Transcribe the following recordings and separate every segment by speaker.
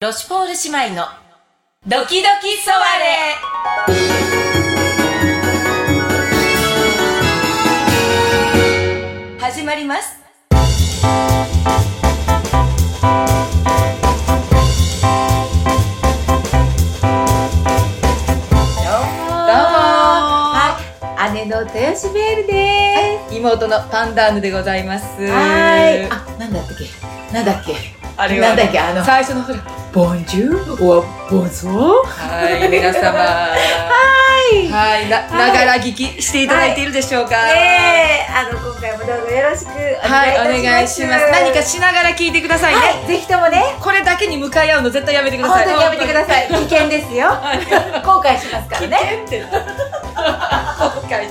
Speaker 1: ロシュポール姉妹のドキドキソワレ始まりますどうもはい姉の豊吉ベールです、妹のパンダーヌでございます
Speaker 2: はい。あ、なんだったっけ。なんだっけ。
Speaker 1: あれは
Speaker 2: なんだっけ、あの。
Speaker 1: 最初のほら
Speaker 2: ボンジュール、お、ボンソー。
Speaker 1: はい、皆様。はい。はい、な、ながら聞きしていただいているでしょうか。
Speaker 2: ええ、あの、今回もどうぞよろしくお願いいたします。
Speaker 1: はい、お願いします。何かしながら聞いてくださいね。
Speaker 2: はい、ぜひともね、
Speaker 1: これだけに向かい合うの絶対やめてくだ
Speaker 2: 本
Speaker 1: さい。
Speaker 2: 当にやめてください。危険ですよ。後悔しますからね。
Speaker 1: い。ね、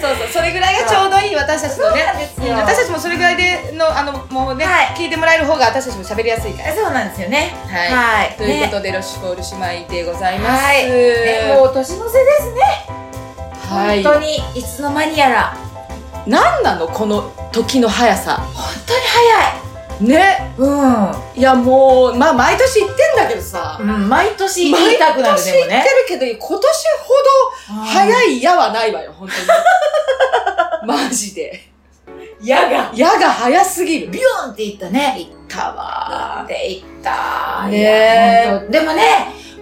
Speaker 1: そうそう、それぐらいがちょうどいい私たちの
Speaker 2: そう
Speaker 1: ね
Speaker 2: なんです。よ
Speaker 1: 私たちもそれぐらいでの、あの、もうね
Speaker 2: はい、
Speaker 1: 聞いてもらえる方が私たちも喋りやすいから。
Speaker 2: そうなんですよね。
Speaker 1: はい。
Speaker 2: はい。
Speaker 1: というこ
Speaker 2: ね
Speaker 1: とで、ロシュポール姉妹でございます。
Speaker 2: はい。ねもう年の瀬ですね。
Speaker 1: はい。
Speaker 2: 本当にいつの間にやら。
Speaker 1: 何なのこの時の速さ
Speaker 2: 本当に早い。
Speaker 1: ね
Speaker 2: う
Speaker 1: いやもうまあ毎年言ってんだけどさ、
Speaker 2: ん。うん、毎年言
Speaker 1: 毎
Speaker 2: いたくなる
Speaker 1: 年
Speaker 2: で
Speaker 1: 言
Speaker 2: も
Speaker 1: っ
Speaker 2: ね。
Speaker 1: てるけど今年ほど早い矢はないわよ 本当にマジで
Speaker 2: い。やが。
Speaker 1: 矢が早すぎる
Speaker 2: ビューンっていったね。
Speaker 1: たわ
Speaker 2: で行った
Speaker 1: ねえ
Speaker 2: えでもね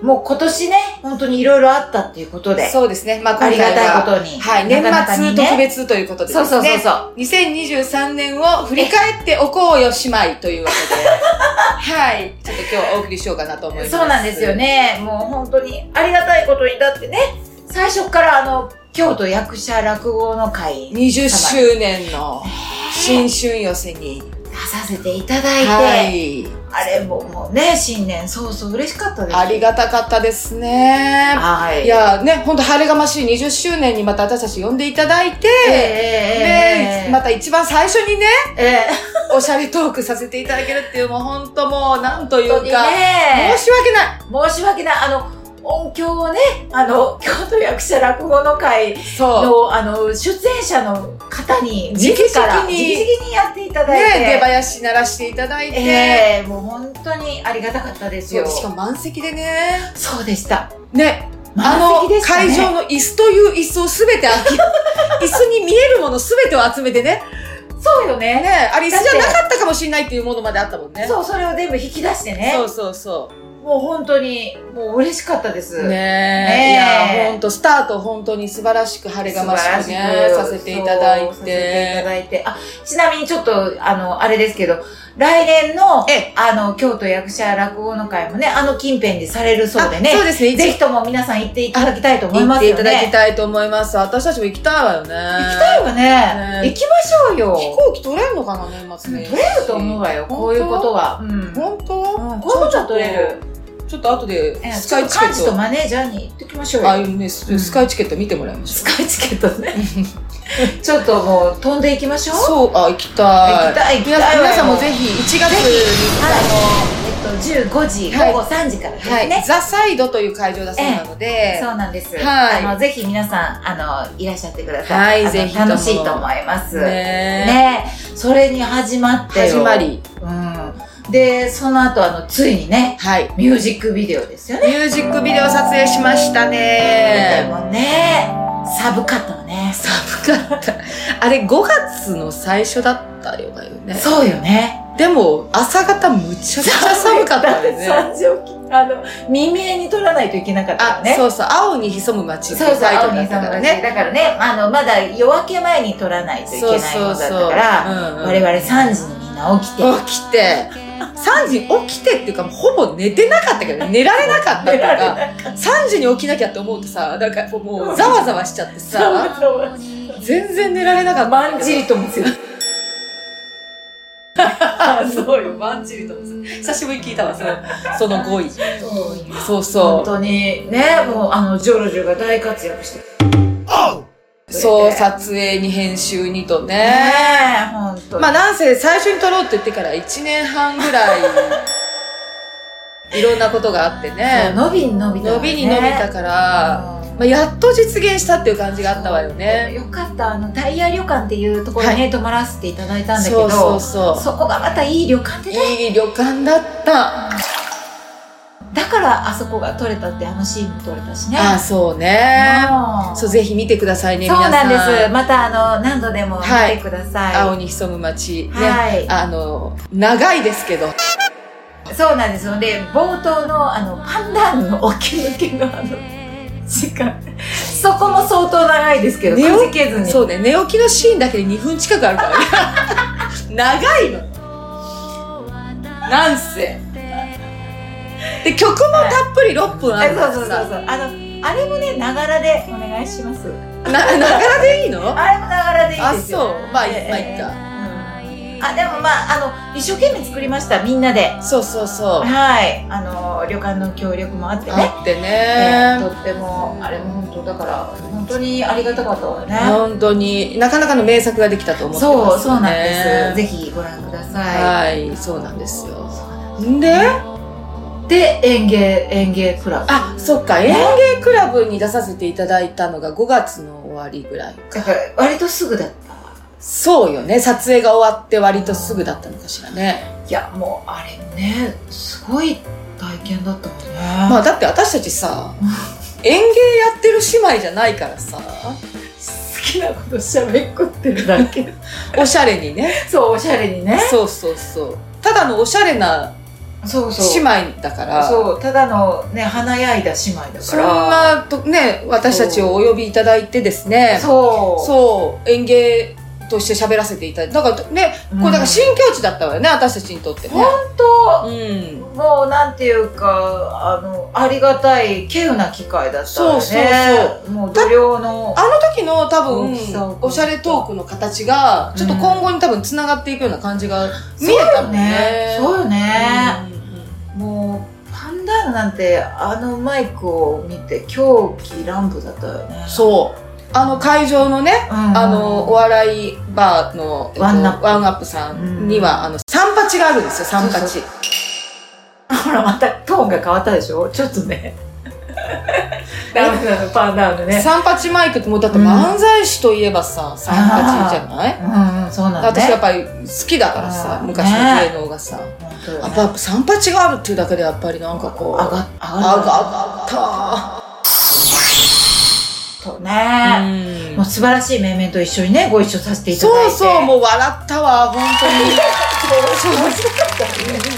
Speaker 2: もう今年ね本当にいろいろあったっていうことで
Speaker 1: そうですねまあ今
Speaker 2: あり
Speaker 1: 回は
Speaker 2: がたいことに
Speaker 1: はい
Speaker 2: なかなか
Speaker 1: 年末
Speaker 2: にね
Speaker 1: 特別ということでで
Speaker 2: そ
Speaker 1: すね
Speaker 2: うそうそうそう
Speaker 1: 2023年を振り返っておこうよ姉妹というわ けではいちょっと今日お送りしようかなと思います
Speaker 2: そうなんですよねもう本当にありがたいことにだってね最初からあの京都役者落語の会に
Speaker 1: 20周年の新春寄せに、
Speaker 2: 出させていただいて、
Speaker 1: はい、
Speaker 2: あれももうね新年そうそう嬉しかったです
Speaker 1: ありがたかったですね。
Speaker 2: はい
Speaker 1: いやね、本当晴れがましい20周年にまた私たち呼んでいただいて、
Speaker 2: えええええ
Speaker 1: で
Speaker 2: え
Speaker 1: また一番最初にね、
Speaker 2: ええ
Speaker 1: おしゃれトークさせていただけるっていう、もう本当もう、なんという
Speaker 2: 本当に
Speaker 1: か、
Speaker 2: ね
Speaker 1: 申し訳ない。
Speaker 2: 申し訳ない。あの、音響をね、あの、京都役者落語の会
Speaker 1: そ
Speaker 2: の、あの、出演者の方に、
Speaker 1: 直々に
Speaker 2: から、直々にやっていた
Speaker 1: う。
Speaker 2: だいて。
Speaker 1: ね、出囃子鳴らしていただいて、
Speaker 2: ええもう本当にありがたかったです
Speaker 1: そう
Speaker 2: よ。
Speaker 1: しかも満席でね。
Speaker 2: そうでした。
Speaker 1: ね、
Speaker 2: 満席でした
Speaker 1: あの、
Speaker 2: ね
Speaker 1: 会場の椅子という椅子をすべて空き、 椅子に見えるものすべてを集めてね、
Speaker 2: そうよね。
Speaker 1: ね、あれ椅子じゃなかったかもしれないっていうものまであったもんね。
Speaker 2: そう、それを全部引き出してね
Speaker 1: そ。うそうそ
Speaker 2: もう本当に、もう嬉しかったです。
Speaker 1: う。ねえ。
Speaker 2: ねえ
Speaker 1: いや、本当スタート本当に素晴らしく晴れがましくね、させていただい
Speaker 2: そうさせていた
Speaker 1: て。
Speaker 2: だいて。あ、ちなみにちょっと、あの、あれですけど、来年の、
Speaker 1: え
Speaker 2: あの、京都役者落語の会もね、あの近辺でされるそうで
Speaker 1: あそう
Speaker 2: ね。
Speaker 1: ですね。
Speaker 2: ぜひとも皆さん行っていただきたいと思い
Speaker 1: 行
Speaker 2: ま
Speaker 1: っ
Speaker 2: す
Speaker 1: てい
Speaker 2: よ
Speaker 1: た
Speaker 2: ね。
Speaker 1: だきたいと思います。私たちも行きたいわよね。
Speaker 2: 行きたいわね。
Speaker 1: ね
Speaker 2: 行きましょうよ。
Speaker 1: 飛行機取れるのかな、年末
Speaker 2: 取
Speaker 1: ね。
Speaker 2: れると思うわよ、
Speaker 1: 本当
Speaker 2: こういうことは。うん。うん
Speaker 1: 本当、
Speaker 2: こういうことは取れる。
Speaker 1: ちょっと後で
Speaker 2: ええ
Speaker 1: ス
Speaker 2: ち
Speaker 1: カ
Speaker 2: ょ
Speaker 1: イ
Speaker 2: っと
Speaker 1: チケ
Speaker 2: 幹事と
Speaker 1: ット。
Speaker 2: マネージャーに行ってきましょう
Speaker 1: ああい
Speaker 2: よ。
Speaker 1: うね、ススカイチケット見てもらいまし
Speaker 2: ス
Speaker 1: ょ
Speaker 2: カイチケットね。
Speaker 1: う。
Speaker 2: ちょっともう飛んでいきましょう。
Speaker 1: そう、あ、行きた
Speaker 2: 行
Speaker 1: い
Speaker 2: き。たい、行き
Speaker 1: 皆
Speaker 2: た
Speaker 1: さ
Speaker 2: い
Speaker 1: ん
Speaker 2: わよ
Speaker 1: 皆さんもぜひ1月に、
Speaker 2: はい
Speaker 1: あの、
Speaker 2: えっと、15時、
Speaker 1: はい
Speaker 2: 午後3時からです
Speaker 1: はい、
Speaker 2: ね。
Speaker 1: ザ・サイドという会場だそうなので、
Speaker 2: そうなんです。
Speaker 1: はい
Speaker 2: あの、ぜひ皆さん、あの、いらっしゃってください。あ
Speaker 1: はい
Speaker 2: の
Speaker 1: ぜひとも
Speaker 2: 楽しいと思います。ね
Speaker 1: ね
Speaker 2: それに始まってよ
Speaker 1: 始ま。り、
Speaker 2: うん。で、その後、あの、ついにね、
Speaker 1: はい、
Speaker 2: ミュージックビデオですよね。
Speaker 1: ミュージックビデオ撮影しましたね
Speaker 2: でもね、寒かったわね。
Speaker 1: 寒かったあれ5月の最初だったようだよね
Speaker 2: そうよね。
Speaker 1: でも朝方むちゃくちゃ寒かったよね
Speaker 2: 3時起き、あの、未明に撮らないといけなかった
Speaker 1: あ
Speaker 2: よ、ね。
Speaker 1: そうそう「青に潜む街」って
Speaker 2: そうそ
Speaker 1: い
Speaker 2: う
Speaker 1: うタイト
Speaker 2: 青
Speaker 1: ルだ
Speaker 2: に
Speaker 1: っ
Speaker 2: さ
Speaker 1: た
Speaker 2: ん
Speaker 1: から
Speaker 2: が
Speaker 1: ね
Speaker 2: ね。だからね、あの、まだ夜明け前に撮らないといけな
Speaker 1: そ
Speaker 2: いう
Speaker 1: そ
Speaker 2: も
Speaker 1: う
Speaker 2: のだ
Speaker 1: そ
Speaker 2: っ
Speaker 1: う、
Speaker 2: たから、
Speaker 1: うんうん
Speaker 2: 我々3時にみんな起きて、
Speaker 1: 起きて3時に起きてっていうかもうほぼ寝てなかったけどね寝られなかった
Speaker 2: 寝られ
Speaker 1: とか3時に起きなきゃって思うとさなんかもうざわざわしちゃってさ
Speaker 2: ま
Speaker 1: 全然寝られなかった
Speaker 2: んじりともする。
Speaker 1: そうよまんじりと思って久しぶりに聞いたわそのその語彙そう
Speaker 2: 本
Speaker 1: そ
Speaker 2: 当にね、もうあの、ジョルジョが大活躍して
Speaker 1: うそう撮影に編集にと
Speaker 2: ね
Speaker 1: ね
Speaker 2: え、本当に。
Speaker 1: まあなんせ最初に撮ろうって言ってから1年半ぐらいいろんなことがあって
Speaker 2: そう
Speaker 1: ね
Speaker 2: 伸びに伸びた、
Speaker 1: 伸びに伸びたから、まあ、やっと実現したっていう感じがあったわよね。
Speaker 2: よかった、あの、ダイヤ旅館っていうところにね、泊まらせていただいたんだけど、
Speaker 1: そうそうそ
Speaker 2: そこがまたいい旅館で
Speaker 1: う。いい旅館だった。
Speaker 2: からあそこが撮れたってあのシーンも撮れたしね
Speaker 1: ああそうね
Speaker 2: うん
Speaker 1: そうぜひ見てくださいね
Speaker 2: そう
Speaker 1: 皆
Speaker 2: な
Speaker 1: さ
Speaker 2: んんですまたあの何度でも
Speaker 1: はい
Speaker 2: 見てください、
Speaker 1: 青に潜む街、ね
Speaker 2: はい
Speaker 1: あの長いですけど
Speaker 2: そうなんですので冒頭のあのパンダーヌの起き抜けのあの時間そこも相当長いですけどく
Speaker 1: 寝よ
Speaker 2: じけずに
Speaker 1: そうね寝起きのシーンだけで2分近くあるからね 長いのなんせで曲もたっぷり6分あ
Speaker 2: あ
Speaker 1: るか
Speaker 2: そう
Speaker 1: ら
Speaker 2: そうそうそう
Speaker 1: さ
Speaker 2: あのあれもねながらでお願いします
Speaker 1: なながらでいいの
Speaker 2: あれもながらでいいですよ
Speaker 1: あそうまあ
Speaker 2: ええ
Speaker 1: まあいっか
Speaker 2: うんあでもまああの一生懸命作りましたみんなで
Speaker 1: そうそうそう
Speaker 2: はいあの旅館の協力もあってね
Speaker 1: あって
Speaker 2: ええ
Speaker 1: ね
Speaker 2: とってもあれも本当だから本当にありがたかったわね
Speaker 1: 本当になかなかの名作ができたと思ってます
Speaker 2: そ
Speaker 1: よ
Speaker 2: う、そう
Speaker 1: ね
Speaker 2: なんです。ぜひご覧ください。
Speaker 1: はいそうなんですよんで
Speaker 2: で、園芸、園芸クラブ。
Speaker 1: あそっか園芸クラブに出させていただいたのが5月の終わりぐらい
Speaker 2: だから、割とすぐだった。
Speaker 1: そうよね撮影が終わって割とすぐだったのかしらね
Speaker 2: いや、もう、あれね、すごい体験だったもんね。
Speaker 1: まあだって私たちさ園芸やってる姉妹じゃないからさ
Speaker 2: 好きなこと喋っこってるだけ。
Speaker 1: おしゃれに ね
Speaker 2: そう、おしゃれにね。
Speaker 1: そうそうそうただのおしゃれな
Speaker 2: そうそう。
Speaker 1: 姉妹だから
Speaker 2: そう、ただのね、華やいだ姉妹だから。
Speaker 1: そんなとね私たちをお呼びいただいてですね
Speaker 2: そう。
Speaker 1: そう園芸として喋らせていただいてだからね
Speaker 2: うん
Speaker 1: これだから新境地だったわよね、私たちにとってね
Speaker 2: 本当
Speaker 1: うん
Speaker 2: もうなんていうかあのありがたい稀有な機会だったよね
Speaker 1: そうそう
Speaker 2: もう同僚の
Speaker 1: あの時の多分
Speaker 2: 大きさを
Speaker 1: おしゃれトークの形がちょっと今後に多分つながっていくような感じが見えたもんね
Speaker 2: そうよね、
Speaker 1: ね、
Speaker 2: もうパンダーナなんてあのマイクを見て狂気乱舞だったよね
Speaker 1: そうあの会場のね、
Speaker 2: うん
Speaker 1: あのお笑いバーの、
Speaker 2: ワンナッ
Speaker 1: プワンアップさんには、あの三八があるんですよ三八
Speaker 2: そうほらまたトーンが変わったでしょちょっと ねダメなのパンダーナね
Speaker 1: 三八マイクってもうだって漫才師といえばさ三八じゃない、
Speaker 2: うんうんそうなんだ
Speaker 1: 私やっ
Speaker 2: ね
Speaker 1: ぱり好きだからさ、
Speaker 2: うん
Speaker 1: 昔の芸能がさ、
Speaker 2: 本当よ
Speaker 1: や
Speaker 2: ね
Speaker 1: っぱ三八があるっていうだけでやっぱりなんかこう
Speaker 2: 上が上
Speaker 1: 上
Speaker 2: がる
Speaker 1: がった
Speaker 2: とね、
Speaker 1: うん
Speaker 2: もう素晴らしい面々と一緒にねご一緒させていただい
Speaker 1: そ
Speaker 2: うて
Speaker 1: そうもう笑ったわ本当に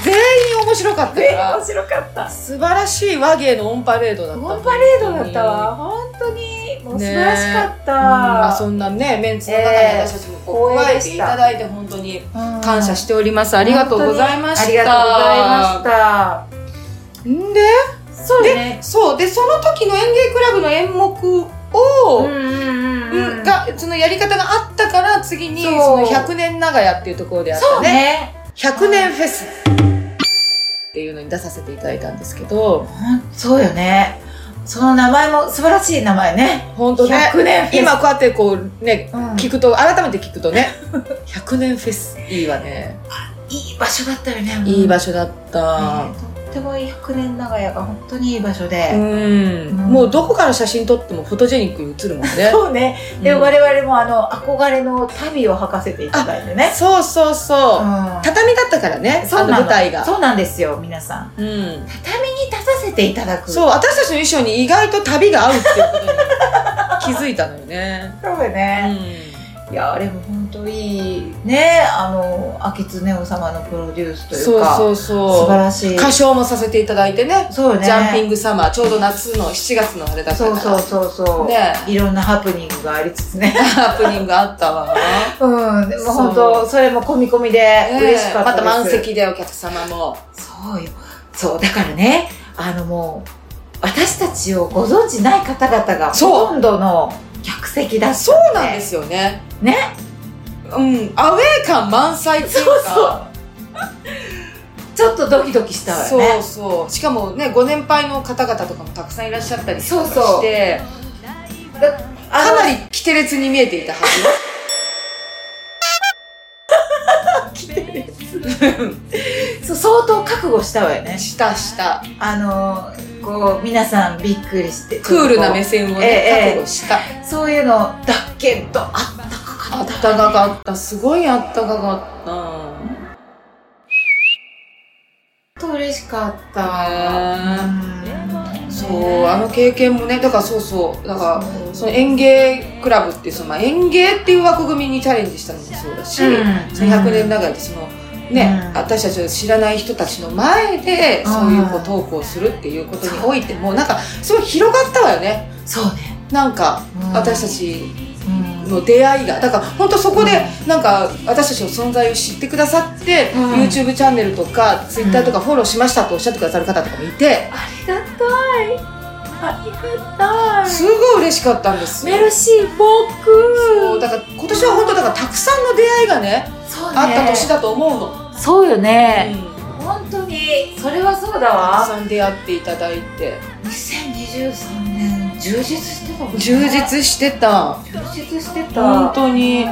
Speaker 1: 全員面白かったか
Speaker 2: え
Speaker 1: ら
Speaker 2: 面白かった
Speaker 1: 素晴らしい和芸のオンパレードだった
Speaker 2: オンパレードだったわ本当にもう素晴らしかった、
Speaker 1: うんまあ、そんなねメンツの中に私たちもこう
Speaker 2: えー
Speaker 1: 加えていただいて本当に感謝しております、
Speaker 2: あ
Speaker 1: ありがとうございました
Speaker 2: ありがとうございま
Speaker 1: んで
Speaker 2: したそうね
Speaker 1: そうでその時の演芸クラブの演目を、
Speaker 2: うんうんうんうん
Speaker 1: がそのやり方があったから次に
Speaker 2: そ
Speaker 1: そうの100年長屋っていうところであっ
Speaker 2: そ
Speaker 1: た
Speaker 2: う
Speaker 1: ね
Speaker 2: ね
Speaker 1: 100年フェスっていうのに出させていただいたんですけど
Speaker 2: うんそうよねその名前も素晴らしい名前ね
Speaker 1: 本当ね
Speaker 2: 100年フェス
Speaker 1: 今こうやってこうね
Speaker 2: うん
Speaker 1: 聞くと改めて聞くとね100年フェスいいわね
Speaker 2: いい場所だったよね
Speaker 1: いい場
Speaker 2: 所
Speaker 1: 所だった、
Speaker 2: とっても100年長屋が本当にいい場所で、
Speaker 1: うん、もうどこから写真撮ってもフォトジェニックに写るもんね。
Speaker 2: そうねで、
Speaker 1: うん
Speaker 2: 我々もあの憧れの旅を履かせていただいてね
Speaker 1: そうそうそう、
Speaker 2: うん
Speaker 1: 畳だったからね、
Speaker 2: そ
Speaker 1: あ
Speaker 2: う
Speaker 1: の
Speaker 2: なの
Speaker 1: 舞台が。
Speaker 2: そうなんですよ皆さん
Speaker 1: うん、
Speaker 2: 畳に立たせていただく
Speaker 1: そう、私たちの衣装に意外と旅が合うっていうことに気づいたのよ ね。
Speaker 2: そうよ
Speaker 1: う
Speaker 2: ね、
Speaker 1: ん、
Speaker 2: いやあれも本当いいねあの明津ねお様のプロデュースとい
Speaker 1: そうう
Speaker 2: か
Speaker 1: そう
Speaker 2: 素晴
Speaker 1: そ
Speaker 2: らし
Speaker 1: う。
Speaker 2: い
Speaker 1: 歌唱もさせていただいてね。
Speaker 2: そうよね
Speaker 1: ジャンピングサマー、ちょうど夏の7月のあれだっ
Speaker 2: そ
Speaker 1: たか
Speaker 2: う
Speaker 1: ら。
Speaker 2: そうそうそう、
Speaker 1: ね
Speaker 2: いろんなハプニングがありつつ ね
Speaker 1: ハプニングあったわ。
Speaker 2: うんでも本
Speaker 1: そ
Speaker 2: 当それも込み込みで嬉しかった
Speaker 1: ま
Speaker 2: です、
Speaker 1: た満席でお客様も。
Speaker 2: そうよそうだからねあのもう私たちをご存知ない方々が
Speaker 1: そう
Speaker 2: ほとんどの客席だった
Speaker 1: そうなんですよね。
Speaker 2: ね。
Speaker 1: うん、アウェー感満載っていうか。
Speaker 2: ちょっとドキドキしたわよ
Speaker 1: そう
Speaker 2: ね
Speaker 1: そうしかもねご年配の方々とかもたくさんいらっしゃったり
Speaker 2: そうそう
Speaker 1: して
Speaker 2: だあの
Speaker 1: かなりキテレツに見えていたは
Speaker 2: そう相当覚悟したわよね
Speaker 1: ずしたした
Speaker 2: あのこう皆さんびっくりして
Speaker 1: クールな目線を
Speaker 2: ええ
Speaker 1: ね覚悟した
Speaker 2: そういうのだけどあったかか
Speaker 1: あっ
Speaker 2: った
Speaker 1: たかかったすごいあったかかっ
Speaker 2: と嬉しかった
Speaker 1: た
Speaker 2: うん
Speaker 1: そうあの経験もねだからそうそうだから
Speaker 2: そう
Speaker 1: その園芸クラブっていうその、まあ、園芸っていう枠組みにチャレンジしたのもそうだし、
Speaker 2: うん
Speaker 1: その100年長いでそのね、
Speaker 2: うん
Speaker 1: 私たちの知らない人たちの前で
Speaker 2: うん
Speaker 1: そういうこうトークをするっていうことにおいてもなんかすごい広がったわよね
Speaker 2: そうね、
Speaker 1: なんか
Speaker 2: うん
Speaker 1: 私たち
Speaker 2: うん
Speaker 1: の出会いがだから本当そこでなんか私たちの存在を知ってくださって、
Speaker 2: うん
Speaker 1: YouTube チャンネルとか Twitter とかフォローしましたとおっしゃってくださる方とかもいて
Speaker 2: ありがたいありが
Speaker 1: すごい嬉しかったんです
Speaker 2: メ
Speaker 1: よ
Speaker 2: ルシー
Speaker 1: そう
Speaker 2: 僕
Speaker 1: だから今年は本当だからたくさんの出会いがね
Speaker 2: そうね
Speaker 1: あった年だと思うの、
Speaker 2: そうよね、
Speaker 1: うん
Speaker 2: 本当にそれはそうだ
Speaker 1: たく
Speaker 2: わ
Speaker 1: さん出会っていただいて
Speaker 2: 2023年充実してたもんね
Speaker 1: 充実してた
Speaker 2: 充実してた
Speaker 1: 本当に
Speaker 2: うん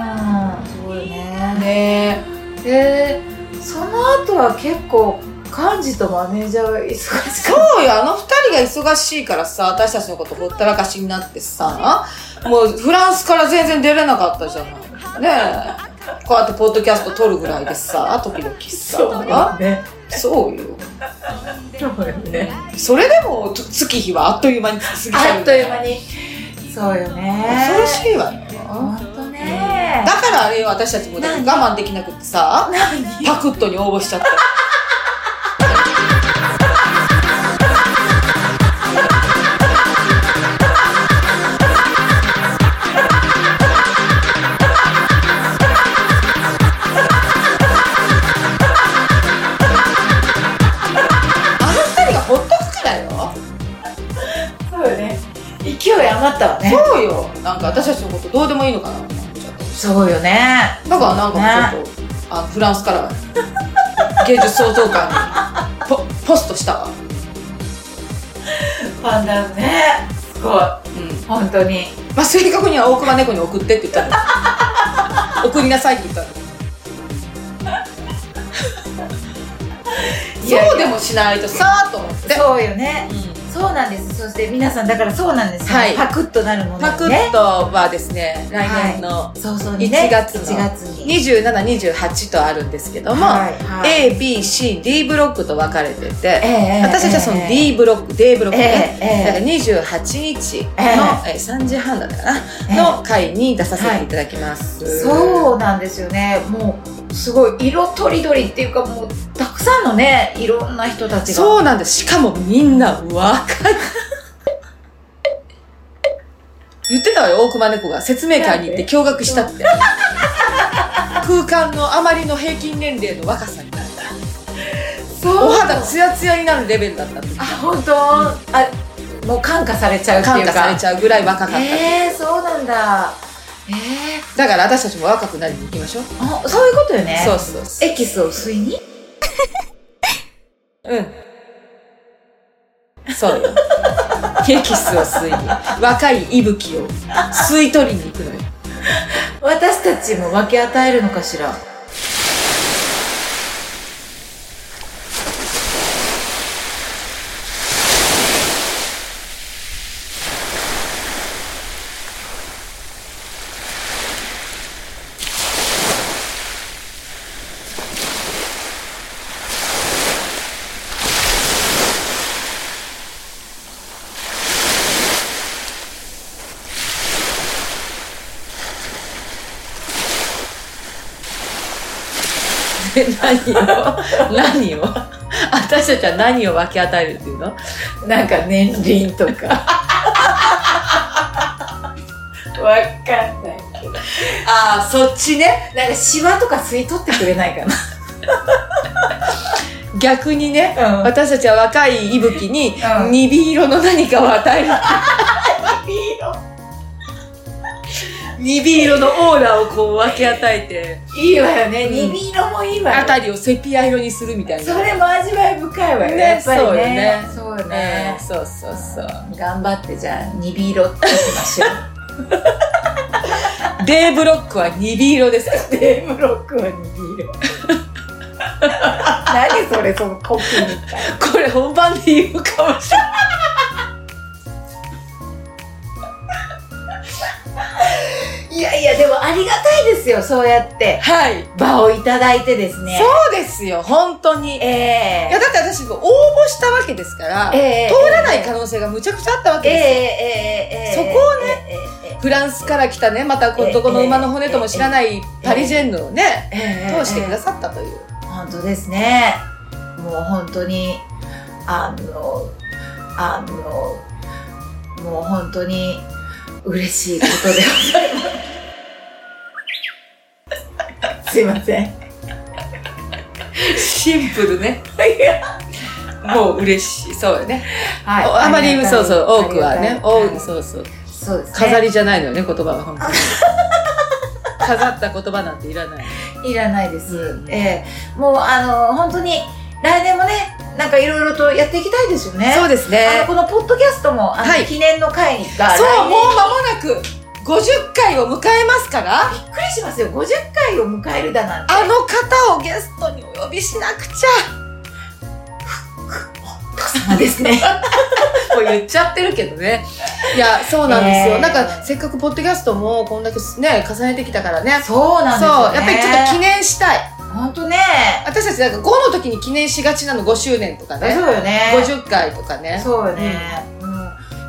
Speaker 2: そうよね
Speaker 1: ね
Speaker 2: でその後は結構幹事とマネージャーが忙しかった
Speaker 1: そうよあの二人が忙しいからさ私たちのことほったらかしになってさもうフランスから全然出れなかったじゃないねえこうやってポッドキャスト撮るぐらいでさ時々さ
Speaker 2: ね
Speaker 1: そうよ
Speaker 2: そうよね
Speaker 1: それでもと月日はあっという間に過ぎちゃう
Speaker 2: あっという間にそうよね
Speaker 1: 恐ろしいわよ
Speaker 2: 本当ね
Speaker 1: だからあれよ私たちもだって我慢できなくってさパクッとに応募しちゃったあの二人がほっとくからよ
Speaker 2: そうよね勢い余ったわね
Speaker 1: そうよなんか私たちのことどうでもいいのかなって思っちゃった
Speaker 2: そうよね
Speaker 1: だからなんかもうちょっと、あフランスから 芸術創造館にポポストしたわ、
Speaker 2: パンダねすごい
Speaker 1: うん
Speaker 2: 本当に
Speaker 1: まあ、正確には大熊猫に送ってって言った の送りなさいって言ったの
Speaker 2: いやいや
Speaker 1: そうでもしないとさーと思って、
Speaker 2: そうよねそうなんですそして皆さんだからそうなんですよ、
Speaker 1: はい
Speaker 2: パクッとなるもの
Speaker 1: パク
Speaker 2: にね
Speaker 1: ッとはですね来年の
Speaker 2: そうそうね
Speaker 1: 1月の
Speaker 2: 1月に
Speaker 1: 2728とあるんですけども、
Speaker 2: はいはい
Speaker 1: ABCD ブロックと分かれてて、
Speaker 2: ええええ
Speaker 1: 私たちはその
Speaker 2: ええ
Speaker 1: D ブロック、D ブロックね、
Speaker 2: ええええ
Speaker 1: だから28日の、
Speaker 2: え
Speaker 1: え3時半だったかな、
Speaker 2: ええ
Speaker 1: の回に出させていただきます、
Speaker 2: そうなんですよねもうすごい色とりどりっていうかもうたくさんのねいろんな人たちが
Speaker 1: そうなんですしかもみんな若い言ってたわよ大熊猫が説明会に行って驚愕したって空間のあまりの平均年齢の若さに
Speaker 2: そう
Speaker 1: お肌ツヤツヤになるレベルだったって
Speaker 2: あ本当、あもう感化されちゃうって
Speaker 1: 感
Speaker 2: いう
Speaker 1: 化
Speaker 2: か
Speaker 1: されちゃうぐらい若かった、
Speaker 2: えー、そうなんだえ
Speaker 1: だから私たちも若くなりに行きましょう、
Speaker 2: ー、あそういうことよね
Speaker 1: そうそうそう
Speaker 2: エキスを吸いに
Speaker 1: うん。そうよ。エキスを吸いに、若い息吹を吸い取りに行くのよ。
Speaker 2: 私たちも分け与えるのかしら
Speaker 1: で何を何を私たちは何を分け与えるっていうの
Speaker 2: なんか年輪とか分かんないけど
Speaker 1: ああ、そっちね。
Speaker 2: なんかシワとか吸い取ってくれないかな
Speaker 1: 逆にね。
Speaker 2: うん
Speaker 1: 私たちは若い息吹に
Speaker 2: うん
Speaker 1: 鈍色の何かを与える
Speaker 2: いいよ
Speaker 1: 鈍色のオーラをこう分け与えて
Speaker 2: いいわよね、
Speaker 1: うん
Speaker 2: ニビ色もいいわよ
Speaker 1: あたりをセピア色にするみたいな
Speaker 2: それも味わい深いわよ、
Speaker 1: ね
Speaker 2: やっぱりねそうよね
Speaker 1: ねそうそうそう
Speaker 2: 頑張ってじゃあニビ色って言きましょ う
Speaker 1: D ブロックは鈍色ですから
Speaker 2: デーブロックはニビ色 何それそのコピーみたい
Speaker 1: これ本番で言うかもしれない
Speaker 2: いやいやでもありがたいですよ、そうやって。
Speaker 1: はい。
Speaker 2: 場をいただいてですね。
Speaker 1: そうですよ、本当に。い
Speaker 2: え
Speaker 1: や、だって私、応募したわけですから、
Speaker 2: えええ
Speaker 1: 通らない可能性がむちゃくちゃあったわ
Speaker 2: え
Speaker 1: けですよ。
Speaker 2: ええええ
Speaker 1: そこを
Speaker 2: ね、
Speaker 1: フランスから来たね、またこ
Speaker 2: ええ
Speaker 1: どこの馬の骨とも知らないパリジェンヌをね、
Speaker 2: ええええ
Speaker 1: 通してくださったという。
Speaker 2: 本当ですねもう本当にあのあのもう本当に嬉しいことでございますすいません
Speaker 1: シンプルね。もう嬉しい。そうよね。
Speaker 2: はい
Speaker 1: おあまり、そうそう、多くは
Speaker 2: あ
Speaker 1: ね
Speaker 2: りが。たい
Speaker 1: 多
Speaker 2: は
Speaker 1: く、
Speaker 2: い
Speaker 1: そうそう。
Speaker 2: そうですね
Speaker 1: 飾りじゃないのよね、言葉は本当に。飾った言葉なんていらない。
Speaker 2: いらないです、
Speaker 1: うん
Speaker 2: ええもうあの本当に来年もねなんかいろいろとやっていきたいですよね
Speaker 1: そうです
Speaker 2: あの
Speaker 1: ね。
Speaker 2: このポッドキャストもあの、
Speaker 1: はい
Speaker 2: 記念の会が来
Speaker 1: そう、
Speaker 2: 年
Speaker 1: もう間もなく50回を迎えますから。
Speaker 2: びっくりしますよ50回を迎えるだなんて
Speaker 1: あの方をゲストにお呼びしなくち ゃ。
Speaker 2: お父様ですね
Speaker 1: もう言っちゃってるけどね。いや、そうなんですよ。
Speaker 2: えー
Speaker 1: なんか、せっかくポッドキャストもこんだけね、重ねてきたからね。
Speaker 2: そうなんです
Speaker 1: そ
Speaker 2: よ、
Speaker 1: う、
Speaker 2: ね、
Speaker 1: やっぱりちょっと記念したい。
Speaker 2: 本当ね
Speaker 1: 私たちなんか5の時に記念しがちなの5周年とか
Speaker 2: そう
Speaker 1: ね。
Speaker 2: よね
Speaker 1: 50回とかね。
Speaker 2: そうよね、うん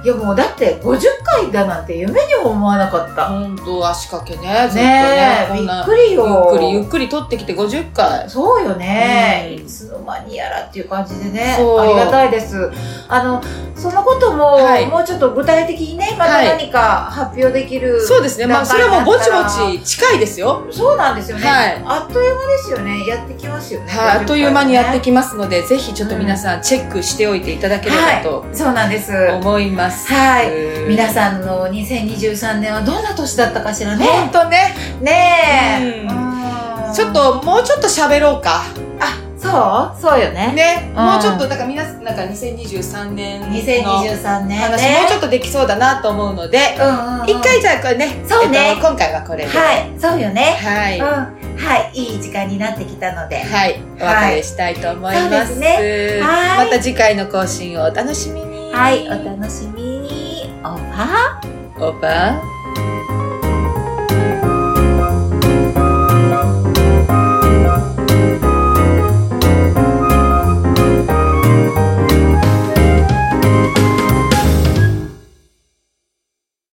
Speaker 2: いやもうだって50回だなんて夢にも思わなかった
Speaker 1: ほんと足掛けね、ずっとね
Speaker 2: ね。え
Speaker 1: こ
Speaker 2: び
Speaker 1: ん
Speaker 2: っ
Speaker 1: な
Speaker 2: くりよ
Speaker 1: ゆっくりゆっくり取ってきて50回。
Speaker 2: そうよね、
Speaker 1: うん
Speaker 2: いつの間にやらっていう感じでね
Speaker 1: そう
Speaker 2: ありがたいですあのそのことも、
Speaker 1: はい
Speaker 2: もうちょっと具体的にねまた
Speaker 1: はい
Speaker 2: 何か発表できる、
Speaker 1: そうですね。まあ、それはもうぼちぼち近いですよ。
Speaker 2: そうなんですよね、
Speaker 1: はい
Speaker 2: あっという間ですよねやってきますよね
Speaker 1: はい、あっという間にやって
Speaker 2: き
Speaker 1: きますので、ぜひちょっと皆さんチェックしておいていただければと
Speaker 2: そうなんです
Speaker 1: 思います。
Speaker 2: はい皆
Speaker 1: ん。
Speaker 2: さんの2023年はどんな年だったかしらね
Speaker 1: 本当ね、
Speaker 2: ねえ、うん
Speaker 1: ちょっともうちょっと喋ろうか。
Speaker 2: あそうそうよね
Speaker 1: ね、
Speaker 2: うん
Speaker 1: もうちょっとなんか皆さんなんか2023年の
Speaker 2: 2023年
Speaker 1: 話、
Speaker 2: ね
Speaker 1: もうちょっとできそうだなと思うので、
Speaker 2: うんうんうん
Speaker 1: 一回じゃあこれね、
Speaker 2: そうね
Speaker 1: えっと今回はこれで、
Speaker 2: はいそうよね
Speaker 1: は
Speaker 2: う
Speaker 1: い、
Speaker 2: ん
Speaker 1: はい、
Speaker 2: はいいい時間になってきたので
Speaker 1: お別れしたいと思います。
Speaker 2: はいそうですねはい
Speaker 1: また次回の更新をお楽しみに。
Speaker 2: はいお楽しみにオファー
Speaker 1: おば。